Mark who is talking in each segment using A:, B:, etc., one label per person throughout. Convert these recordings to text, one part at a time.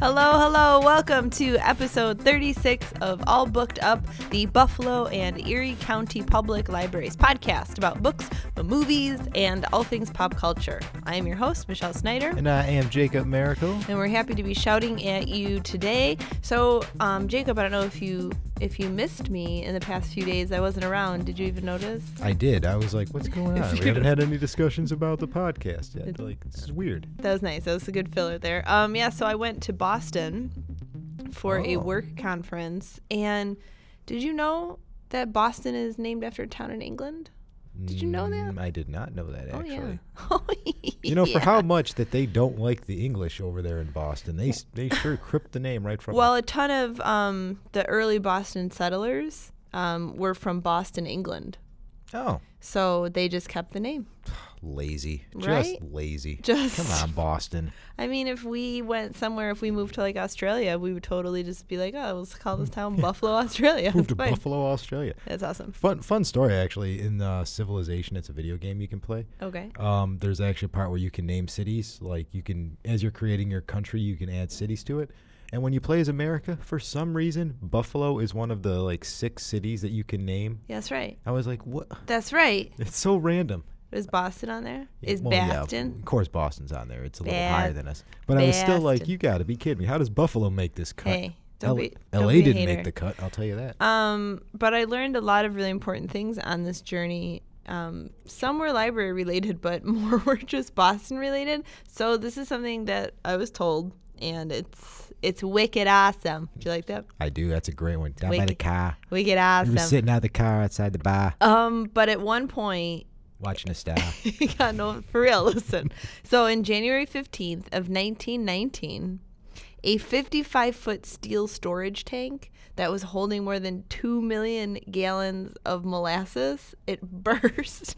A: Hello, hello. Welcome to episode 36 of All Booked Up, the Buffalo and Erie County Public Libraries podcast about books, movies, and all things pop culture. I am your host, Michelle Snyder.
B: And I am Jacob Miracle.
A: and we're happy to be shouting at you today. So, um, Jacob, I don't know if you if you missed me in the past few days. I wasn't around. Did you even notice?
B: I did. I was like, what's going on? we haven't had any discussions about the podcast yet. Like, this is weird.
A: That was nice. That was a good filler there. Um, yeah. So I went to Boston for a
B: Oh.
A: work conference, and did you know that Boston is named after a town in England? Did you know that?
B: Mm, I did not know that, actually.
A: Oh yeah. Oh
B: You know, for how much that they don't like the English over there in Boston, they s- they sure crypt the name right from.
A: Well, a ton of um, the early Boston settlers um, were from Boston, England.
B: oh,
A: So they just kept the name.
B: lazy,
A: Right?
B: just lazy.
A: Just-
B: come on, Boston.
A: I mean, if we went somewhere, if we moved to like Australia, we would totally just be like, oh, let's call this town Buffalo, Australia.
B: Move to
A: Fine.
B: Buffalo, Australia.
A: That's awesome.
B: Fun fun story actually. In uh, Civilization, it's a video game you can play.
A: Okay.
B: Um, there's actually a part where you can name cities. Like you can, as you're creating your country, you can add cities to it. And when you play as America, for some reason, Buffalo is one of the like six cities that you can name.
A: Yeah, that's right.
B: I was like, what?
A: That's right.
B: It's so random.
A: Is Boston on there?
B: Yeah,
A: Is
B: well, yeah,
A: Bafton?
B: of course, Boston's on there. It's a little
A: Ba-
B: higher than us. But I was still like,
A: Baston.
B: you got to be kidding me. How does Buffalo make this cut?
A: Hey, don't
B: L-
A: be-
B: LA
A: don't be a
B: didn't
A: hater.
B: make the cut. I'll tell you that.
A: Um, but I learned a lot of really important things on this journey. Um, some were library related, but more were just Boston related. So this is something that I was told, and it's it's wicked awesome. Do you like that?
B: I do. That's a great one. Down by the
A: wicked.
B: car.
A: Wicked
B: We were
A: awesome.
B: sitting out the car outside the bar,
A: Um, but at one point,
B: watching a star.
A: yeah, no, for real. Listen. So, in January 15th of 1919, a 55 foot steel storage tank that was holding more than 2 million gallons of molasses it burst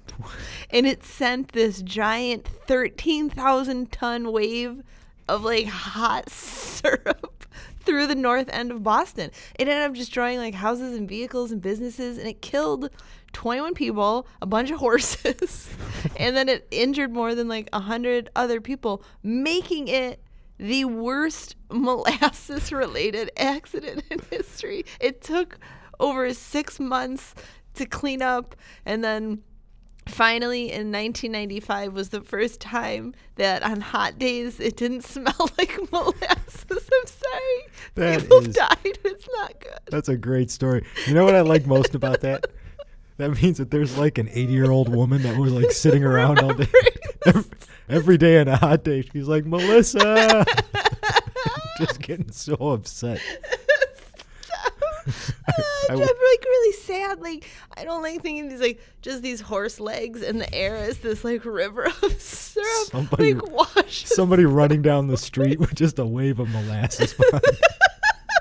A: and it sent this giant 13,000 ton wave of like hot syrup through the north end of Boston. It ended up destroying like houses and vehicles and businesses, and it killed 21 people, a bunch of horses, and then it injured more than like 100 other people, making it the worst molasses related accident in history. It took over six months to clean up, and then Finally, in 1995 was the first time that on hot days it didn't smell like molasses. I'm sorry.
B: That
A: People
B: is-
A: died. It's not good.
B: That's a great story. You know what I like most about that? That means that there's like an 80 year old woman that was like sitting around all day. Every, every day on a hot day, she's like, Melissa! Just getting so upset.
A: Uh,
B: I
A: I'm
B: w-
A: like really sad. Like I don't like thinking these like just these horse legs and the air is this like river of syrup
B: Somebody-
A: like washes.
B: Somebody running down the street with just a wave of molasses. behind.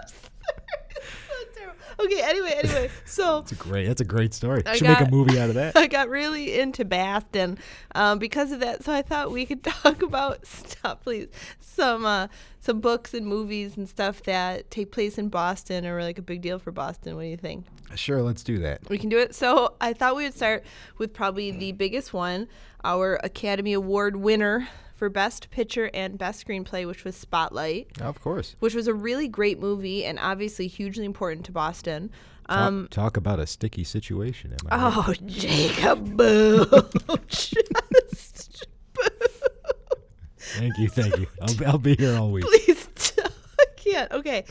A: It's so terrible. okay. Anyway, anyway. So
B: That's a great. That's a great story.
A: I
B: Should make a
A: got-
B: movie out of that.
A: I got really into Boston um, because of that. So I thought we could talk about stop, please, some uh, some books and movies and stuff that take place in Boston or are like a big deal for Boston. What do you think?
B: Sure, let's do that.
A: We can do it. So I thought we would start with probably the biggest one, our Academy Award winner for Best Picture and Best Screenplay, which was Spotlight,
B: Of course.
A: which was a really great movie and obviously hugely important to Boston.
B: Talk, talk about a sticky situation. Am I right?
A: Um, Oh, Jacob, boo. Just boo.
B: Thank you, thank you. I'll, I'll be here all week.
A: Please don't. I can't. Okay.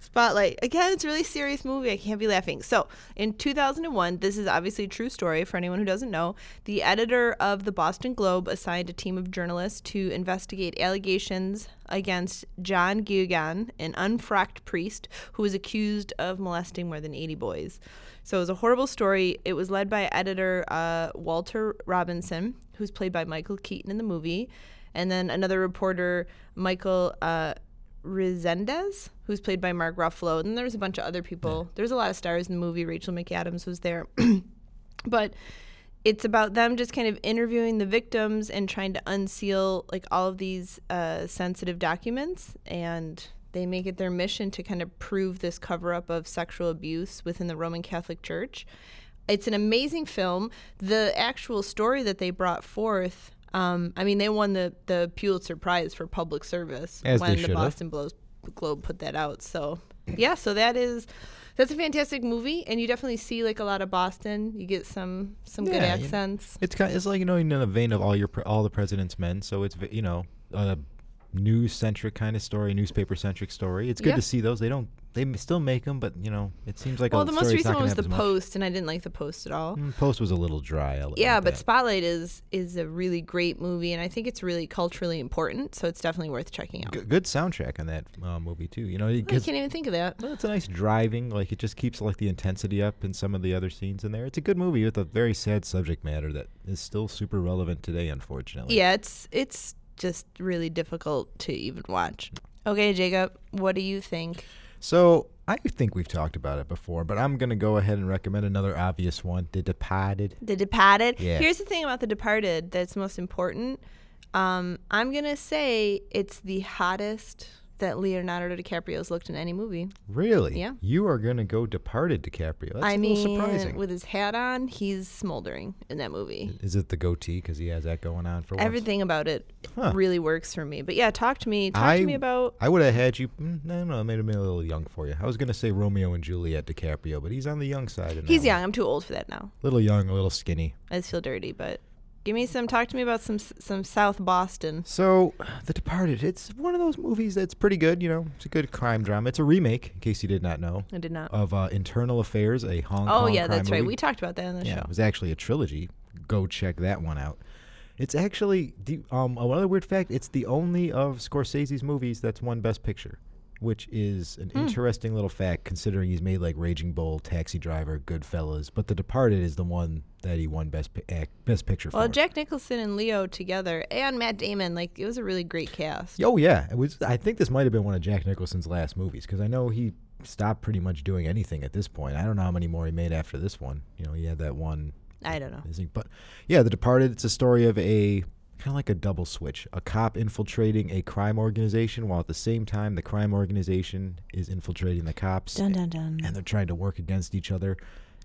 A: Spotlight. Again, it's a really serious movie. I can't be laughing. So, in 2001, this is obviously a true story for anyone who doesn't know. The editor of the Boston Globe assigned a team of journalists to investigate allegations against John Gugan, an unfracked priest who was accused of molesting more than 80 boys. So, it was a horrible story. It was led by editor uh, Walter Robinson, who's played by Michael Keaton in the movie and then another reporter, Michael uh, Resendez, who's played by Mark Ruffalo. And then there was a bunch of other people. There was a lot of stars in the movie. Rachel McAdams was there. but it's about them just kind of interviewing the victims and trying to unseal like all of these uh, sensitive documents and they make it their mission to kind of prove this cover up of sexual abuse within the Roman Catholic Church. It's an amazing film. The actual story that they brought forth, um, I mean, they won the, the Pulitzer Prize for public service
B: As they
A: when the
B: should have.
A: Boston Blows Globe put that out. So yeah, so that is that's a fantastic movie, and you definitely see like a lot of Boston. You get some some good
B: Yeah, you-
A: accents.
B: It's kind. It's like you know, in the vein of all your pre- all the president's men. So it's ve- you know a news centric kind of story, newspaper centric story. It's good
A: Yeah.
B: to see those. They don't. They m- still make them, but you know, it seems like
A: well,
B: a
A: the
B: story's
A: most recent
B: not
A: one was
B: gonna
A: the
B: have as much-
A: Post, and I didn't like the Post at all.
B: Mm, Post was a little dry. I'll
A: Yeah,
B: admit
A: but
B: that.
A: Spotlight is is a really great movie, and I think it's really culturally important, so it's definitely worth checking out.
B: G- good soundtrack on that uh, movie too. You know, it
A: I
B: gets,
A: can't even think of that.
B: well, it's a nice driving. Like it just keeps like the intensity up in some of the other scenes in there. It's a good movie with a very sad subject matter that is still super relevant today, unfortunately.
A: Yeah, it's it's just really difficult to even watch. Okay, Jacob, what do you think?
B: So I think we've talked about it before, but I'm gonna go ahead and recommend another obvious one: The Departed.
A: The Departed.
B: Yeah.
A: Here's the thing about The Departed that's most important. Um, I'm gonna say it's the hottest that Leonardo DiCaprio's looked in any movie.
B: Really?
A: Yeah.
B: You are gonna go Departed DiCaprio. That's
A: I
B: a
A: mean,
B: little surprising.
A: with his hat on, he's smoldering in that movie.
B: is it the goatee? Because he has that going on for once.
A: Everything about it
B: Huh.
A: really works for me. But yeah, talk to me. Talk
B: I-
A: to me about.
B: I would have had you. mm, I don't know. I made him a little young for you. I was gonna say Romeo and Juliet DiCaprio, but he's on the young side. In
A: He's
B: that one.
A: young. I'm too old for that now.
B: Little young, a little skinny.
A: I just feel dirty. But give me some. Talk to me about some some South Boston.
B: So, The Departed. It's one of those movies that's pretty good. You know, it's a good crime drama. It's a remake, in case you did not know,
A: I did not.
B: of uh, Internal Affairs, a Hong
A: oh
B: Kong
A: yeah,
B: crime
A: that's right.
B: movie.
A: We talked about that on the
B: Yeah,
A: show.
B: it was actually a trilogy. Go check that one out. It's actually the um another weird fact. It's the only of Scorsese's movies that's won Best Picture, which is an
A: Hmm.
B: interesting little fact considering he's made like Raging Bull, Taxi Driver, Goodfellas, but The Departed is the one that he won Best Pi- Ac- Best Picture
A: Well,
B: for.
A: Jack Nicholson and Leo together, and Matt Damon, like it was a really great cast.
B: oh yeah, it was. I think this might have been one of Jack Nicholson's last movies because I know he stopped pretty much doing anything at this point. I don't know how many more he made after this one. You know, he had that one
A: I don't know.
B: I think- But yeah, The Departed. It's a story of a kind of like a double switch: a cop infiltrating a crime organization, while at the same time the crime organization is infiltrating the cops,
A: Dun dun dun.
B: and they're trying to work against each other.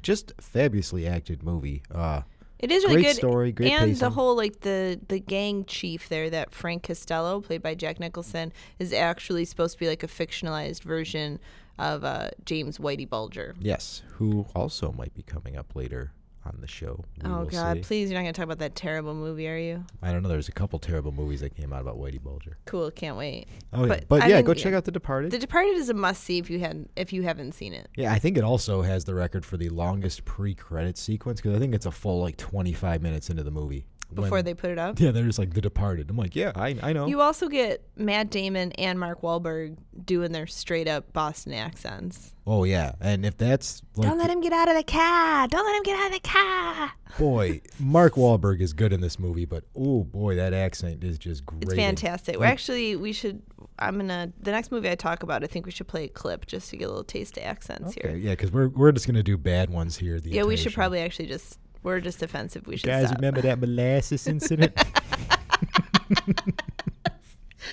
B: Just fabulously acted movie. Uh,
A: It is really
B: great
A: good.
B: story, great
A: and the
B: pacing.
A: whole like the the gang chief there, that Frank Costello, played by Jack Nicholson, is actually supposed to be like a fictionalized version of uh, James Whitey Bulger.
B: yes, who also might be coming up later on the show. We
A: Oh
B: will
A: God!
B: see.
A: Please, you're not gonna talk about that terrible movie, are you?
B: I don't know. There's a couple terrible movies that came out about Whitey Bulger.
A: Cool, can't wait.
B: Oh, yeah.
A: But,
B: but
A: I
B: yeah,
A: mean,
B: go
A: yeah.
B: check out The Departed.
A: The Departed is a must see if you had if you haven't seen it.
B: Yeah, I think it also has the record for the longest pre-credit sequence because I think it's a full like 25 minutes into the movie when-
A: Before they put it up,
B: Yeah, they're just like The Departed. I'm like, yeah, I I know.
A: you also get Matt Damon and Mark Wahlberg doing their straight up Boston accents.
B: oh yeah, and if that's like,
A: Don't let him get out of the car. Don't let him get out of the car.
B: boy, Mark Wahlberg is good in this movie, but oh boy, that accent is just great.
A: It's fantastic. We're actually we should. I'm gonna the next movie I talk about. I think we should play a clip just to get a little taste of accents
B: Okay,
A: here.
B: yeah, because we're we're just gonna do bad ones here. The
A: Yeah, we
B: entire
A: should
B: show.
A: probably actually just we're just offensive. We should
B: Guys,
A: stop.
B: remember that molasses incident?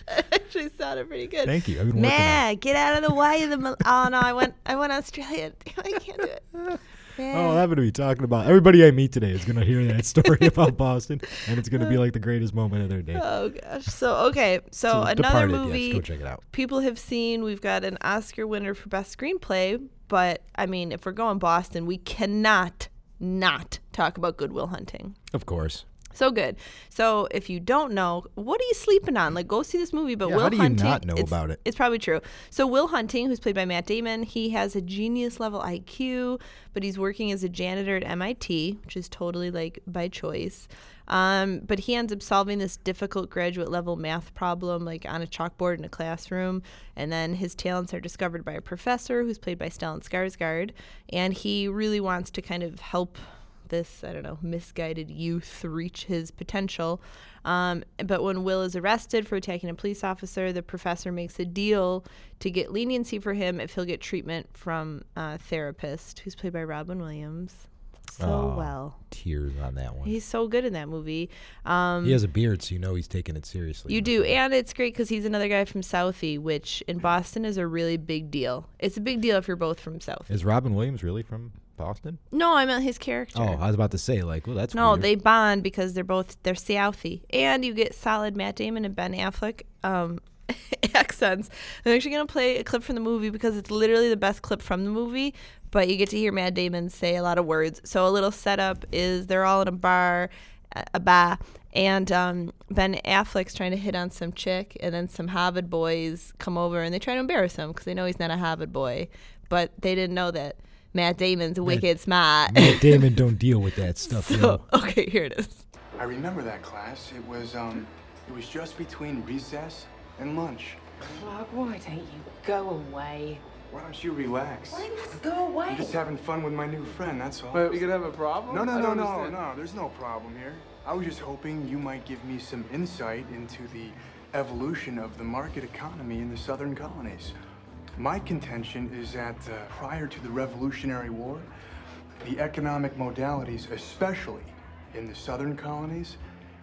A: actually sounded pretty good.
B: Thank you. I've been working on. it.
A: Man, get out of the way of the. Mal- oh no, I went. I went Australian. I can't do it.
B: Oh,
A: Meh.
B: I'm gonna be talking about everybody I meet today is gonna hear that story about Boston, and it's gonna be like the greatest moment of their day.
A: Oh gosh. So okay. So,
B: So,
A: Oh, another
B: Departed, yes,
A: movie.
B: go check it out.
A: people have seen we've got an Oscar winner for best screenplay, but I mean, if we're going Boston, we cannot not talk about Goodwill Hunting.
B: Of course.
A: So good. So if you don't know, what are you sleeping on? Like, go see this movie. But
B: Yeah,
A: Will
B: how do you
A: Hunting,
B: not know
A: it's-
B: about it?
A: It's probably true. So Will Hunting, who's played by Matt Damon, he has a genius level IQ, but he's working as a janitor at MIT, which is totally like by choice. Um, but he ends up solving this difficult graduate level math problem, like on a chalkboard in a classroom. And then his talents are discovered by a professor, who's played by Stellan Skarsgård, and he really wants to kind of help this, I don't know, misguided youth reach his potential. Um, but when Will is arrested for attacking a police officer, the professor makes a deal to get leniency for him if he'll get treatment from a therapist who's played by Robin Williams. So
B: Aw.
A: well.
B: Tears on that one.
A: He's so good in that movie. Um,
B: He has a beard, so you know he's taking it seriously.
A: you do. And it's great because he's another guy from Southie, which in Boston is a really big deal. It's a big deal if you're both from Southie.
B: Is Robin Williams really from Boston?
A: No, I meant his character.
B: Oh, I was about to say, like, well, that's
A: No,
B: weird.
A: they bond because they're both they're Southie, and you get solid Matt Damon and Ben Affleck um, accents. I'm actually going to play a clip from the movie because it's literally the best clip from the movie, but you get to hear Matt Damon say a lot of words. So a little setup is they're all in a bar, a- a bar, and um, Ben Affleck's trying to hit on some chick, and then some Hobbit boys come over and they try to embarrass him because they know he's not a Hobbit boy, but they didn't know that Matt Damon's wicked smart.
B: Matt Damon don't deal with that stuff,
A: so,
B: yo.
A: okay, here it is.
C: I remember that class. It was um, it was just between recess and lunch.
D: Clark, why don't you go away?
C: Why don't you relax?
D: Go away.
C: I'm just having fun with my new friend. That's all.
E: Wait, we could have a problem?
C: no, no,
E: I
C: no,
E: don't
C: no,
E: understand.
C: no. There's no problem here. I was just hoping you might give me some insight into the evolution of the market economy in the southern colonies. My contention is that uh, prior to the Revolutionary War, the economic modalities, especially in the southern colonies,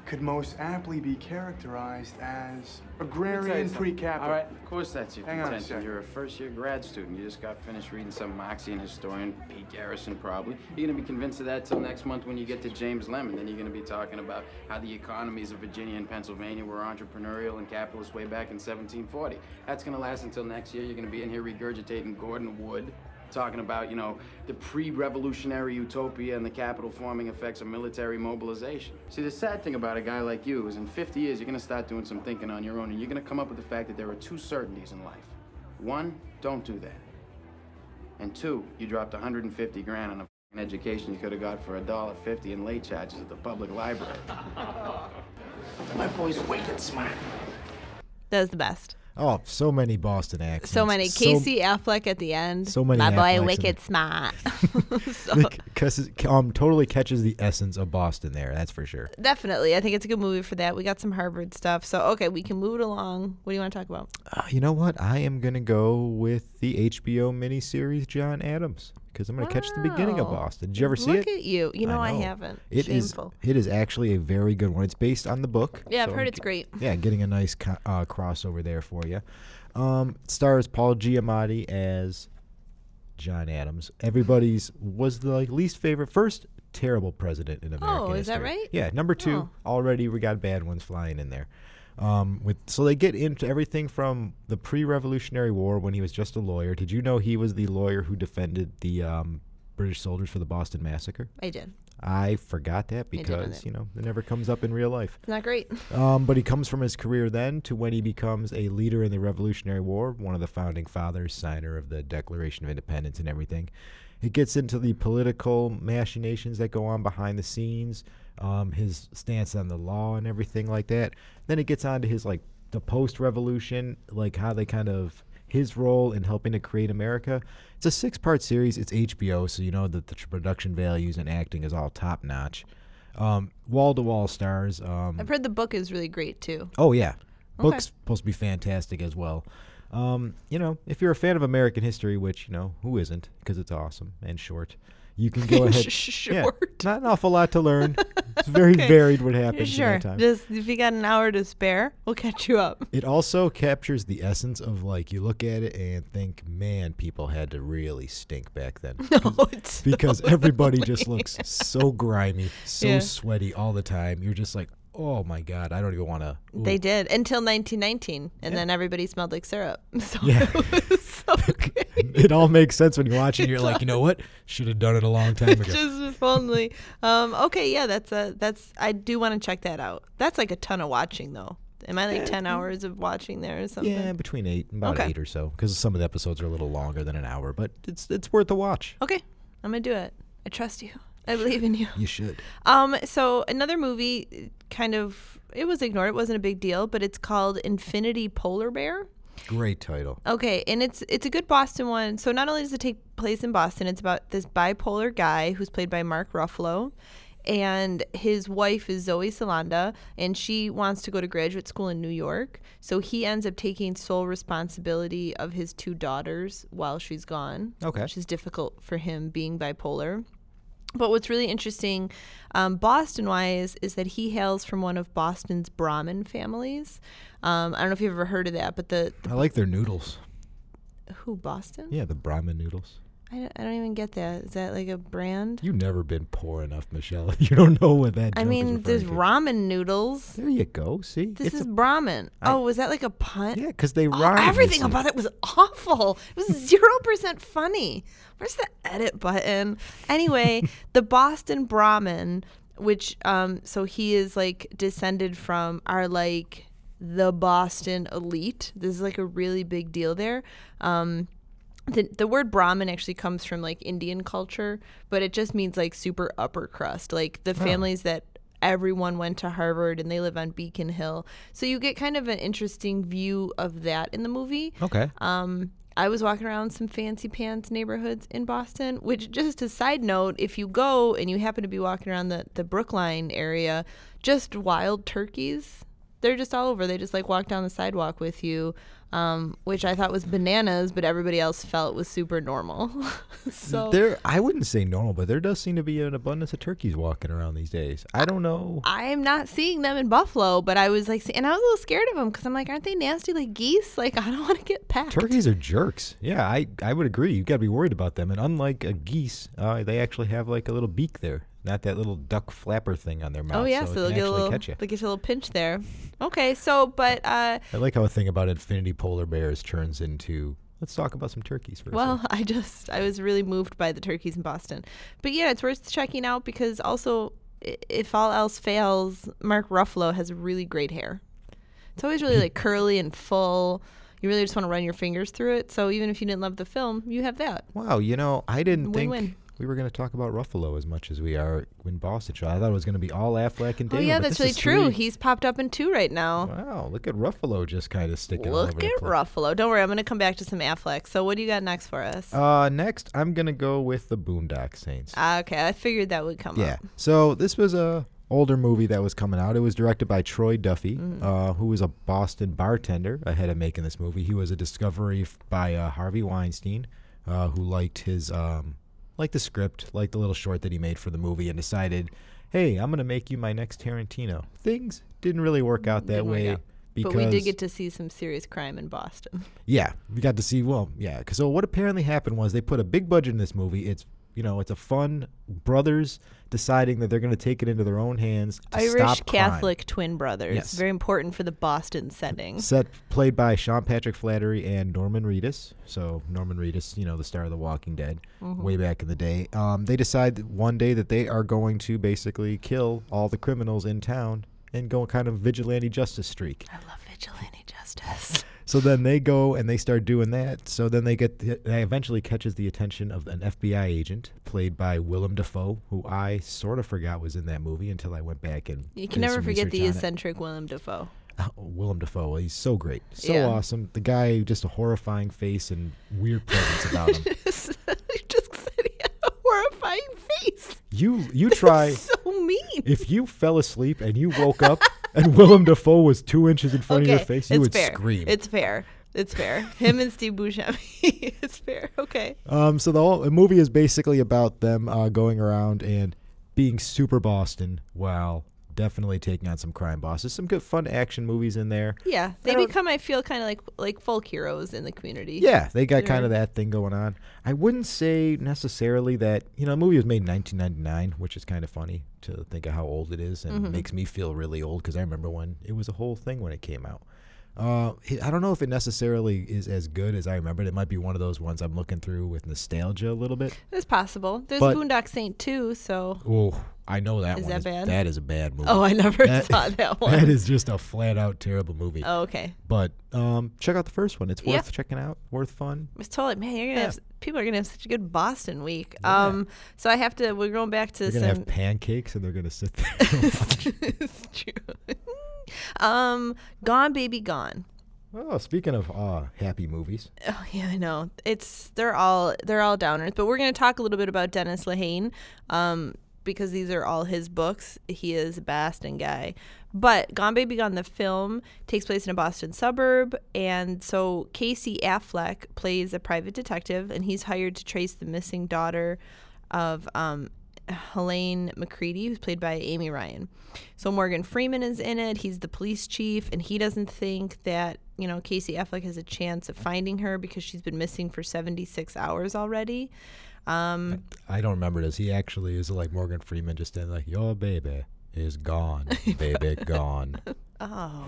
C: could most aptly be characterized as
E: Let me tell you
C: agrarian
E: something.
C: pre-capital.
E: All right, of course that's your
C: Hang on a
E: contention.
C: second.
E: You're a first-year grad student. You just got finished reading some Moxian historian, Pete Garrison, probably. You're gonna be convinced of that till next month when you get to James Lemon. Then you're gonna be talking about how the economies of Virginia and Pennsylvania were entrepreneurial and capitalist way back in 1740. That's gonna last until next year. You're gonna be in here regurgitating Gordon Wood. Talking about, you know, the pre revolutionary utopia and the capital forming effects of military mobilization. See, the sad thing about a guy like you is in 50 years, you're gonna start doing some thinking on your own and you're gonna come up with the fact that there are two certainties in life. One, don't do that. And two, you dropped 150 grand on a f***ing education you could have got for a dollar fifty in late charges at the public library.
F: My boy's wicked smart.
A: That was the best.
B: Oh, so many Boston accents.
A: So many. Casey Affleck at the end.
B: so many
A: My
B: Afflecks
A: boy,
B: in
A: wicked
B: it.
A: smart. So-
B: Because um, totally catches the essence of Boston there. That's for sure.
A: definitely. I think it's a good movie for that. We got some Harvard stuff. So, okay, we can move it along. What do you want to talk about?
B: Uh, you know what? I am gonna go with the HBO miniseries John Adams because I'm gonna catch the beginning of
A: Wow.
B: Boston. Did you ever see
A: Look
B: it?
A: at you. You know, I,
B: know.
A: haven't.
B: It is-
A: Shameful.
B: It is actually a very good one. It's based on the book.
A: Yeah, I've
B: so
A: heard
B: I'm
A: it's great.
B: Yeah, getting a nice co- uh, crossover there for you. Um, it stars Paul Giamatti as John Adams. Everybody's was the like least favorite first terrible president in American
A: Oh, is that
B: history.
A: right?
B: Yeah, number two.
A: Oh.
B: Already we got bad ones flying in there. Um, with so they get into everything from the pre-Revolutionary War when he was just a lawyer. Did you know he was the lawyer who defended the um, British soldiers for the Boston Massacre?
A: I did.
B: I forgot that
A: did know
B: because
A: that.
B: you know it never comes up in real life.
A: It's not great.
B: Um, but he comes from his career then to when he becomes a leader in the Revolutionary War, one of the founding fathers, signer of the Declaration of Independence, and everything. It gets into the political machinations that go on behind the scenes, um, his stance on the law and everything like that. Then it gets on to his like the post-revolution, like how they kind of his role in helping to create America. It's a six-part series. It's HBO, so you know that the tr- production values and acting is all top-notch. Um, wall-to-wall stars. Um,
A: I've heard the book is really great too.
B: Oh yeah, book's supposed to be fantastic as well. Um, you know, if you're a fan of American history, which you know who isn't, because it's awesome and short, you can go ahead. Yeah,
A: Short.
B: not an awful lot to learn. It's very varied what happens in
A: Sure.
B: that time.
A: Just if you got an hour to spare, we'll catch you up.
B: It also captures the essence of like you look at it and think, man, people had to really stink back then.
A: No, it's
B: because everybody just looks so grimy, so
A: Yeah.
B: sweaty all the time. You're just like, oh my god, I don't even want to.
A: They did until 1919, and then everybody smelled like syrup. So
B: Yeah.
A: it was so good.
B: it all makes sense when you watch it. You're like, you know what? Should have done it a long time ago.
A: Just if only. Um, okay, yeah, that's a that's. I do want to check that out. That's like a ton of watching though. Am I like 10 hours of watching there or something?
B: yeah, between eight, about
A: Okay.
B: eight or so, because some of the episodes are a little longer than an hour, but it's it's worth a watch.
A: Okay, I'm gonna do it. I trust you. I believe in you.
B: You should.
A: Um, so another movie, uh, kind of, it was ignored. It wasn't a big deal, but it's called Infinity Polar Bear.
B: Great title.
A: Okay, and it's it's a good Boston one. So not only does it take place in Boston, it's about this bipolar guy who's played by Mark Ruffalo, and his wife is Zoe Salanda, and she wants to go to graduate school in New York. So he ends up taking sole responsibility of his two daughters while she's gone.
B: Okay.
A: which is difficult for him being bipolar. But what's really interesting, um, Boston wise, is that he hails from one of Boston's Brahmin families. Um, I don't know if you've ever heard of that, but the, the
B: I like their noodles.
A: who Boston?
B: Yeah, the Brahmin noodles.
A: I don't, I don't even get that. Is that like a brand?
B: You've never been poor enough, Michelle. You don't know what that.
A: I
B: junk is
A: mean,
B: referring
A: there's
B: to.
A: ramen noodles.
B: There you go. See,
A: This
B: It's
A: is
B: a-
A: Brahmin. oh, was that like a punt?
B: yeah, because they
A: Oh,
B: rhyme. you
A: everything
B: see.
A: about it was awful. It was zero percent funny. Where's the edit button? Anyway, the Boston Brahmin, which um, so he is like descended from are like the Boston elite. This is like a really big deal there. Um, the, the word Brahmin actually comes from like Indian culture, but it just means like super upper crust, like the families that everyone went to Harvard and they live on Beacon Hill. So you get kind of an interesting view of that in the movie.
B: Okay.
A: Um, I was walking around some fancy pants neighborhoods in Boston, which, just a side note, if you go and you happen to be walking around the, the Brookline area, just wild turkeys. They're just all over. They just like walk down the sidewalk with you, um, which I thought was bananas, but everybody else felt was super normal. so
B: there, I wouldn't say normal, but there does seem to be an abundance of turkeys walking around these days. I don't know.
A: I'm not seeing them in Buffalo, but I was like, see- and I was a little scared of them because I'm like, aren't they nasty like geese? Like, I don't want to get packed.
B: Turkeys are jerks. Yeah, I, I would agree. You've got to be worried about them. And unlike a geese, uh, they actually have like a little beak there, not that little duck flapper thing on their mouth.
A: Oh yeah, so,
B: so, it
A: they'll get
B: can
A: a
B: actually
A: little,
B: catch you.
A: they'll get you a little pinch there. Okay, so but uh,
B: I like how a thing about infinity polar bears turns into let's talk about some turkeys for a
A: well,
B: second.
A: I just I was really moved by the turkeys in Boston, but yeah, it's worth checking out because also i- if all else fails, Mark Ruffalo has really great hair. It's always really like curly and full. You really just want to run your fingers through it. So even if you didn't love the film, you have that.
B: Wow, you know, I didn't think
A: Win-win.
B: we were going to talk about Ruffalo as much as we are in Boston. So I thought it was going to be all Affleck and
A: Oh
B: Damon.
A: yeah,
B: but
A: that's
B: this
A: really
B: is
A: true.
B: three-
A: He's popped up in two right now.
B: wow, look at Ruffalo just kind of sticking all over
A: Look
B: the
A: at
B: place.
A: Ruffalo. Don't worry, I'm going to come back to some Affleck. So what do you got next for us?
B: Uh, next, I'm going to go with the Boondock Saints.
A: Ah, okay, I figured that would come up.
B: Yeah. So this was a older movie that was coming out. It was directed by Troy Duffy,
A: Mm.
B: uh, who was a Boston bartender ahead of making this movie. He was a discovery f- by uh, Harvey Weinstein, uh, who liked his um, liked the script, liked the little short that he made for the movie, and decided, hey, I'm gonna make you my next Tarantino. Things didn't really work out that
A: Didn't work
B: way.
A: out.
B: Because
A: But we did get to see some serious crime in Boston.
B: yeah, we got to see. Well, yeah. 'cause so what apparently happened was they put a big budget in this movie. It's you know it's a fun brothers deciding that they're going to take it into their own hands. To
A: Irish
B: stop crime.
A: Catholic twin brothers.
B: Yes.
A: Very important for the Boston setting.
B: Set played by Sean Patrick Flattery and Norman Reedus. So Norman Reedus, you know, the star of The Walking Dead,
A: Mm-hmm.
B: way back in the day. Um, they decide that one day that they are going to basically kill all the criminals in town and go on kind of vigilante justice streak.
A: I love vigilante justice.
B: So then they go and they start doing that. So then they get the, they eventually catches the attention of an FBI agent played by Willem Dafoe, who I sort of forgot was in that movie until I went back and
A: You can
B: did
A: never
B: some
A: forget
B: research
A: the
B: on it.
A: eccentric Willem Dafoe.
B: Willem Dafoe. He's so great, so
A: Yeah.
B: awesome. The guy just a horrifying face and weird presence about him.
A: he just said he had a horrifying face.
B: You you try
A: So mean.
B: if you fell asleep and you woke up and Willem Dafoe was two inches in front of your face, you
A: it's
B: would
A: fair.
B: scream.
A: It's fair. It's fair. Him and Steve Buscemi. it's fair. Okay.
B: Um, so the, whole, the movie is basically about them uh, going around and being super Boston while definitely taking on some crime bosses. Some good fun action movies in there.
A: Yeah, they
B: don't-
A: become. I feel kind of like like folk heroes in the community.
B: Yeah, they got kind of that thing going on. I wouldn't say necessarily that you know the movie was made in 1999, which is kind of funny to think of how old it is, and makes me feel really old because I remember when it was a whole thing when it came out. Uh, it- I don't know if it necessarily is as good as I remembered. It might be one of those ones I'm looking through with nostalgia a little bit.
A: That's possible. There's
B: But-
A: Boondock Saint too, so
B: Oh, I know that
A: Is
B: one.
A: that
B: is-
A: bad?
B: That is a bad movie.
A: Oh, I never
B: That-
A: saw that one.
B: That is just a flat out terrible movie.
A: Oh, okay.
B: But um, check out the first one. It's worth
A: Yeah.
B: checking out. Worth fun.
A: I was totally man, you're gonna
B: Yeah.
A: have s- people are gonna have such a good Boston week. Um, so I have to. We're going back to
B: They're gonna
A: some.
B: have pancakes and they're gonna sit there.
A: it's true. um, Gone Baby Gone.
B: oh, speaking of uh, happy movies,
A: Oh yeah, I know. It's they're all they're all downers, but we're gonna talk a little bit about Dennis Lehane, um, because these are all his books. He is a Boston guy. But Gone Baby Gone, the film takes place in a Boston suburb, and so Casey Affleck plays a private detective, and he's hired to trace the missing daughter of um, Helene McCready, who's played by Amy Ryan. So Morgan Freeman is in it. He's the police chief, and he doesn't think that you know, Casey Affleck has a chance of finding her because she's been missing for 76 hours already.
B: I don't remember this. He actually is like Morgan Freeman, just in like your baby is gone, baby gone.
A: Oh.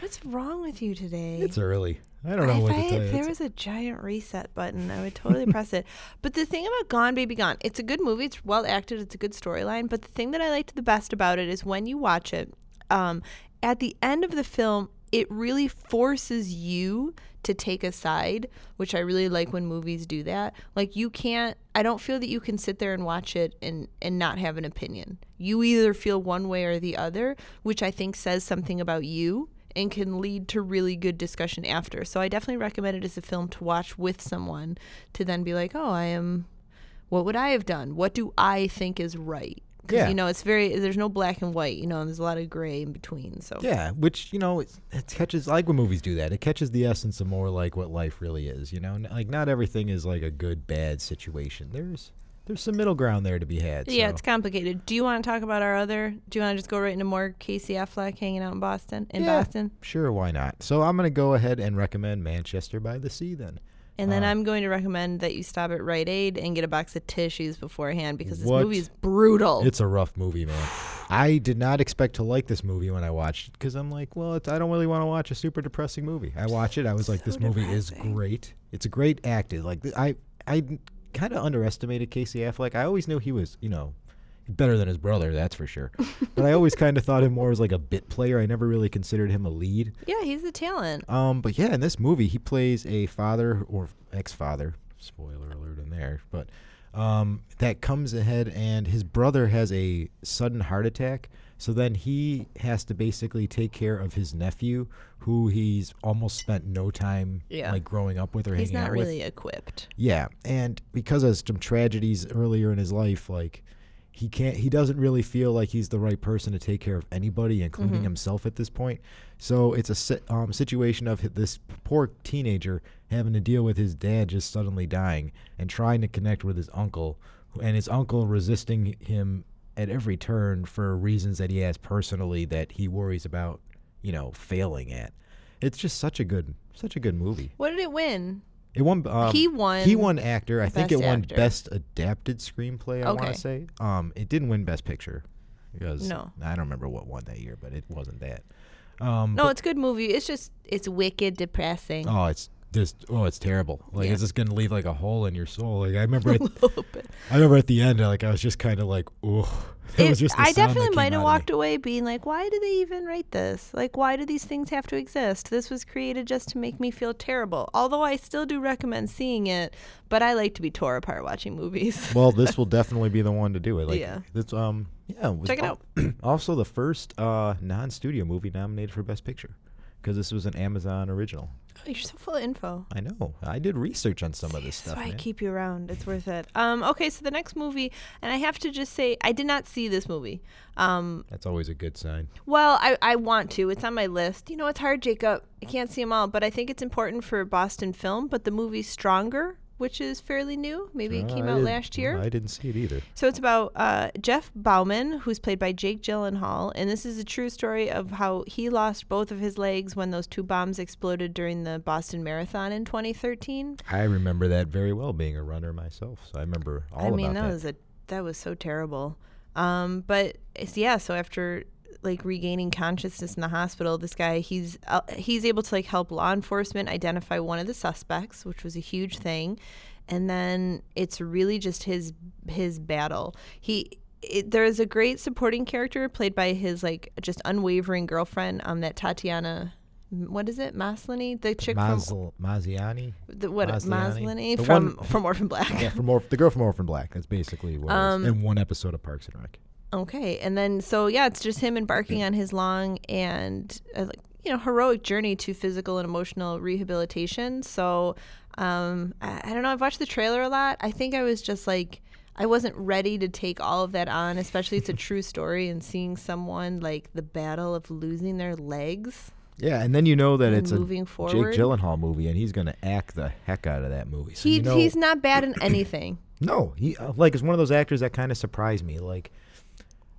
A: What's wrong with you today?
B: It's early. I don't know
A: if
B: what
A: I,
B: to tell you.
A: if there
B: It's-
A: was a giant reset button, I would totally press it. But the thing about Gone Baby Gone, it's a good movie. It's well acted. It's a good storyline. But the thing that I liked the best about it is when you watch it, um, at the end of the film, it really forces you to take a side, which I really like when movies do that. Like you can't. I don't feel that you can sit there and watch it and and not have an opinion. You either feel one way or the other, which I think says something about you and can lead to really good discussion after. So I definitely recommend it as a film to watch with someone to then be like, oh, I am, what would I have done? What do I think is right? Because,
B: Yeah.
A: you know, it's very, there's no black and white, you know, and there's a lot of gray in between. So,
B: yeah, which you know, it, it catches. I like when movies do that. It catches the essence of more like what life really is. You know, N- like not everything is like a good bad situation. There's there's some middle ground there to be had.
A: yeah,
B: so.
A: it's complicated. Do you want to talk about our other, do you want to just go right into more Casey Affleck hanging out in Boston, in
B: Yeah,
A: Boston?
B: Sure, why not? So I'm gonna go ahead and recommend Manchester by the Sea then.
A: And
B: Uh-huh.
A: then I'm going to recommend that you stop at Rite Aid and get a box of tissues beforehand because this
B: What?
A: movie is brutal.
B: It's a rough movie, man. I did not expect to like this movie when I watched it because I'm like, well, it's, I don't really want to watch a super depressing movie. I watch it, I was like, this movie is great. It's great acted. Like th- I, I kind of underestimated Casey Affleck. I always knew he was, you know, better than his brother, that's for sure. but I always kind of thought him more as like a bit player. I never really considered him a lead.
A: yeah, he's a talent.
B: Um, but yeah, in this movie, he plays a father or ex-father. Spoiler alert in there, but um, that comes ahead, and his brother has a sudden heart attack. So then he has to basically take care of his nephew, who he's almost spent no time
A: Yeah.
B: like growing up with or
A: He's
B: hanging
A: not
B: out with.
A: really equipped.
B: Yeah, and because of some tragedies earlier in his life, like he can't, he doesn't really feel like he's the right person to take care of anybody, including himself at this point. So it's a si- um, situation of hi- this poor teenager having to deal with his dad just suddenly dying and trying to connect with his uncle, who- and his uncle resisting him at every turn for reasons that he has personally that he worries about, you know, failing at. It's just such a good, such a good movie.
A: What did it win?
B: It won. Um,
A: He won
B: He won actor. I think it
A: Best
B: won
A: Actor.
B: best adapted screenplay. I
A: Okay.
B: want to say. Um, it didn't win best picture because
A: No.
B: I don't remember what won that year, but it wasn't that. Um,
A: No, it's a good movie. It's just it's wicked depressing.
B: oh, it's just oh, it's terrible. Like
A: Yeah.
B: it's just gonna leave like a hole in your soul. Like I remember, at,
A: But
B: I remember at the end, like I was just kind of like, oh, it,
A: it-
B: was just. the
A: I
B: sound that
A: definitely
B: came
A: might
B: out
A: have
B: of
A: walked
B: me.
A: away being like, why do they even write this? Like, why do these things have to exist? This was created just to make me feel terrible. Although I still do recommend seeing it, but I like to be tore apart watching movies.
B: Well, this will definitely be the one to do it. Like,
A: Yeah.
B: This um yeah. was
A: Check it
B: al-
A: out.
B: Also, the first uh non-studio movie nominated for best picture because this was an Amazon original.
A: Oh, You're so full of info.
B: I know. I did research on some of this
A: That's
B: stuff.
A: why I
B: man.
A: keep you around. It's worth it. Um, okay, so the next movie, and I have to just say, I did not see this movie. Um,
B: That's always a good sign.
A: Well, I, I want to. It's on my list. You know, it's hard, Jacob. I can't see them all, but I think it's important for Boston film. But the movie Stronger, which is fairly new, maybe it
B: Uh,
A: came
B: I
A: out
B: didn't-
A: last year.
B: I didn't see it either.
A: So it's about uh, Jeff Bauman, who's played by Jake Gyllenhaal, and this is a true story of how he lost both of his legs when those two bombs exploded during the Boston Marathon in 2013.
B: I remember that very well, being a runner myself. So I remember all
A: I mean,
B: about
A: that, was a that was so terrible. Um, but it's, yeah, so after like regaining consciousness in the hospital, this guy he's uh, he's able to like help law enforcement identify one of the suspects, which was a huge thing. And then it's really just his his battle. He it, there is a great supporting character played by his like just unwavering girlfriend, um, that Tatiana. What is it, Maslany? The chick from
B: Masl- Maziani.
A: the, what
B: Maslany?
A: Maslany
B: The
A: from
B: one-
A: from Orphan Black.
B: Yeah, from Orph- the girl from Orphan Black. That's basically what.
A: Um,
B: it is. And one episode of Parks and Rec.
A: Okay, and then so yeah, it's just him embarking on his long and uh, like, you know heroic journey to physical and emotional rehabilitation. So um, I, I don't know. I've watched the trailer a lot. I think I was just like I wasn't ready to take all of that on, especially it's a true story and seeing someone like the battle of losing their legs.
B: Yeah, and then you know that
A: And
B: it's a
A: moving forward.
B: Jake Gyllenhaal movie, and he's going to act the heck out of that movie. So
A: He
B: you know,
A: he's not bad in anything.
B: No, he uh, like is one of those actors that kind of surprised me, like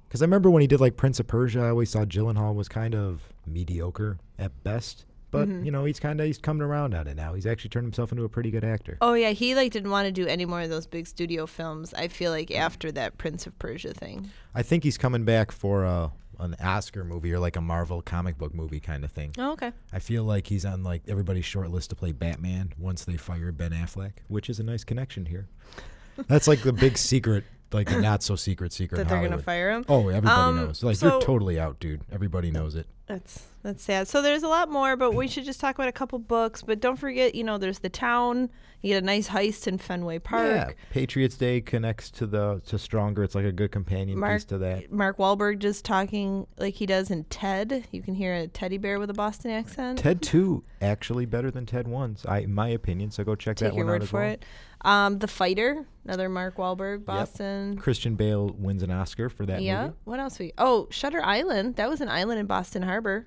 B: because I remember when he did like Prince of Persia, I always thought Gyllenhaal was kind of mediocre at best, But
A: Mm-hmm.
B: you know, he's kind of he's coming around on it now. He's actually turned himself into a pretty good actor.
A: Oh yeah, he like didn't want to do any more of those big studio films. I feel like after that Prince of Persia thing.
B: I think he's coming back for a, an Oscar movie or like a Marvel comic book movie kind of thing.
A: Oh, okay.
B: I feel like he's on like everybody's short list to play Batman once they fire Ben Affleck, which is a nice connection here. That's like the big secret, like the not so secret secret.
A: That
B: in
A: they're gonna
B: Hollywood.
A: fire him?
B: Oh, everybody
A: Um,
B: knows. Like
A: so-
B: you're totally out, dude. Everybody knows it.
A: That's that's sad. So there's a lot more, but
B: Mm.
A: we should just talk about a couple books. But don't forget, you know, there's the town. You get a nice heist in Fenway Park.
B: Yeah, Patriots Day connects to the to stronger. It's like a good companion
A: Mark,
B: piece to that.
A: Mark Wahlberg just talking like he does in Ted. You can hear a teddy bear with a Boston accent.
B: Ted two actually better than Ted one's, I in my opinion. So go check
A: Take
B: that
A: your
B: one out
A: word
B: as
A: for
B: well.
A: it. Um, the Fighter, another Mark Wahlberg, Boston.
B: Christian Bale wins an Oscar for that
A: Yeah.
B: movie.
A: What else we? Oh, Shutter Island. That was an island in Boston Harbor.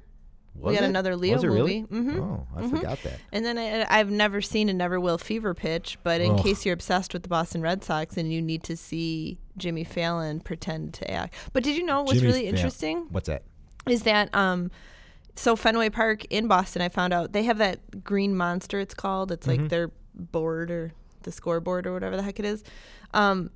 B: Was
A: got
B: it?
A: another Leo
B: Was it really?
A: movie. Mhm.
B: Oh, I forgot that.
A: And then I, I've never seen a Never Will Fever pitch, but in
B: Ugh.
A: case you're obsessed with the Boston Red Sox and you need to see Jimmy Fallon pretend to act. But did you know what's
B: Jimmy
A: really
B: Fa-
A: interesting?
B: What's that?
A: is that um so Fenway Park in Boston I found out they have that green monster it's called it's
B: Mm-hmm.
A: like their board or the scoreboard or whatever the heck it is um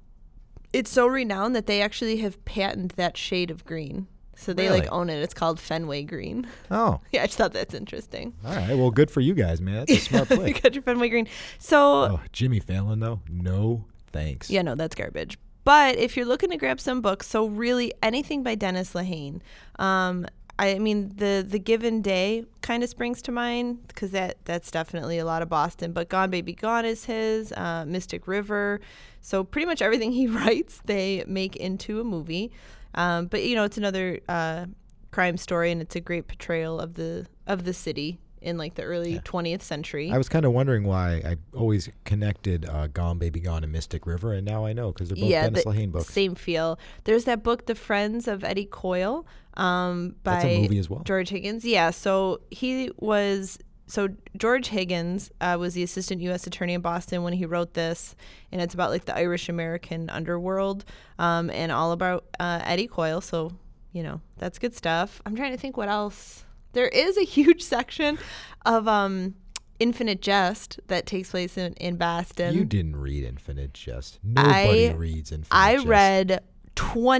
A: it's so renowned that they actually have patented that shade of green so they
B: Really?
A: like own it it's called Fenway green
B: Oh,
A: yeah I just thought that's interesting
B: all right. Well, good for you guys, man. That's a smart
A: you
B: play.
A: got your Fenway green so
B: Oh, Jimmy Fallon though, no thanks.
A: Yeah, no, that's garbage. But if you're looking to grab some books, so really anything by Dennis Lehane. Um, I mean, the the Given Day kind of springs to mind because that that's definitely a lot of Boston. But Gone Baby Gone is his, uh, Mystic River. So pretty much everything he writes, they make into a movie. Um, but you know, it's another uh, crime story, and it's a great portrayal of the of the city in like the early 20th century.
B: I was kind of wondering why I always connected uh, Gone Baby Gone and Mystic River, and now I know because they're both Dennis
A: the
B: Lehane books.
A: Same feel. There's that book, The Friends of Eddie Coyle, um, by
B: That's a movie as well.
A: George Higgins. Yeah. So he was. So George Higgins uh, was the assistant U.S. attorney in Boston when he wrote this, and it's about like the Irish American underworld, um, and all about uh, Eddie Coyle. So you know that's good stuff. I'm trying to think what else. There is a huge section of um, Infinite Jest that takes place in, in Boston.
B: You didn't read Infinite Jest. Nobody
A: I-
B: reads Infinite
A: I
B: Jest.
A: read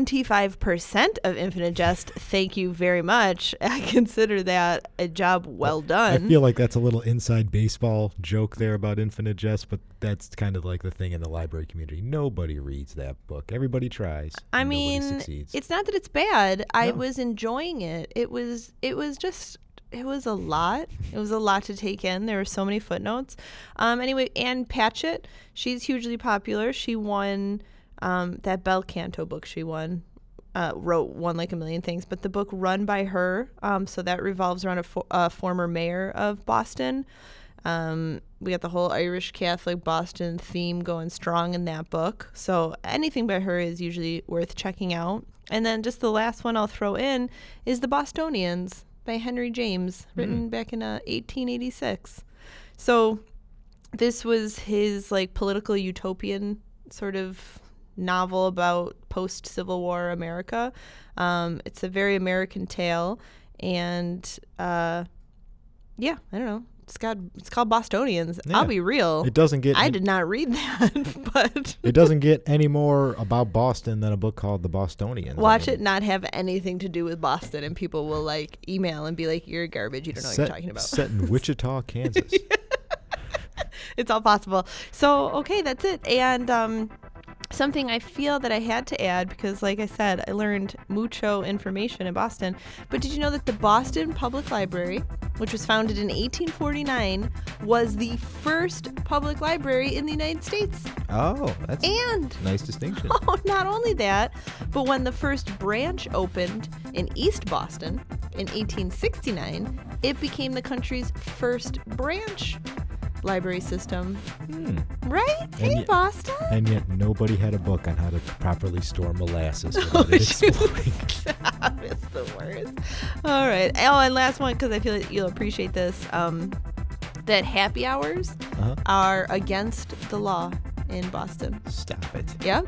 A: 25% of Infinite Jest. Thank you very much. I consider that a job well
B: I
A: done.
B: feel like that's a little inside baseball joke there about Infinite Jest, but that's kind of like the thing in the library community. Nobody reads that book. Everybody tries.
A: I
B: and nobody
A: mean,
B: succeeds.
A: it's not that it's bad. I was enjoying it. It was it was just it was a lot. It was a lot to take in. There were so many footnotes. Um, anyway, Anne Patchett, she's hugely popular. She won um, that Bel Canto book. She won uh, wrote one like a million things, but the book run by her. Um, so that revolves around a, fo- a former mayor of Boston. Um, we got the whole Irish Catholic Boston theme going strong in that book. So anything by her is usually worth checking out. And then just the last one I'll throw in is The Bostonians by Henry James, written back in uh, 1886. So this was his like political utopian sort of novel about post Civil War America. Um, it's a very American tale, and uh, yeah, I don't know. It's got it's called Bostonians. I'll
B: Yeah.
A: be real.
B: it doesn't get
A: I
B: it,
A: did not read that, but
B: doesn't get any more about Boston than a book called The Bostonians. I
A: watch
B: mean,
A: it not have anything to do with Boston, and people will like email and be like, "You're garbage. You don't know what
B: set-
A: you're talking about."
B: Set in Wichita, Kansas.
A: it's all possible. So okay, that's it. And um, something I feel that I had to add because, like I said, I learned mucho information in Boston. But did you know that the Boston Public Library, which was founded in 1849, was the first public library in the United States?
B: Oh, that's
A: And
B: nice distinction.
A: Oh, not only that, but when the first branch opened in East Boston in 1869, it became the country's first branch library system. Right? hey,
B: ye-
A: Boston.
B: And yet nobody had a book on how to properly store molasses.
A: Oh,
B: without it exploding.
A: it's the worst. All right. Oh, and last one because I feel like you'll appreciate this. Um, that happy hours
B: Uh-huh.
A: are against the law in Boston.
B: Stop it.
A: Yep.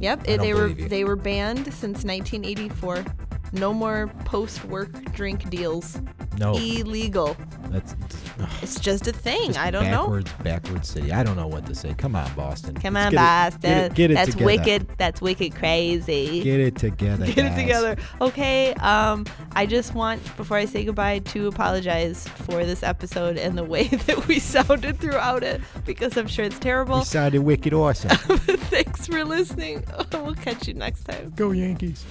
A: Yep.
B: I don't
A: they were
B: believe you.
A: they were banned since 1984. No more post work drink deals.
B: No.
A: illegal.
B: That's ugh,
A: It's just a thing.
B: just
A: E I don't know.
B: backwards, Backwards city. I don't know what to say. Come on, Boston.
A: Come
B: Let's
A: on,
B: get
A: Boston.
B: it- Get it, get it
A: That's
B: together.
A: wicked. That's wicked crazy.
B: Get it together.
A: Get it
B: guys.
A: together. Okay, um, I just want, before I say goodbye, to apologize for this episode and the way that we sounded throughout it because I'm sure it's
B: We
A: terrible.
B: sounded wicked awesome.
A: But thanks for listening. we'll catch you next time.
G: Go Yankees.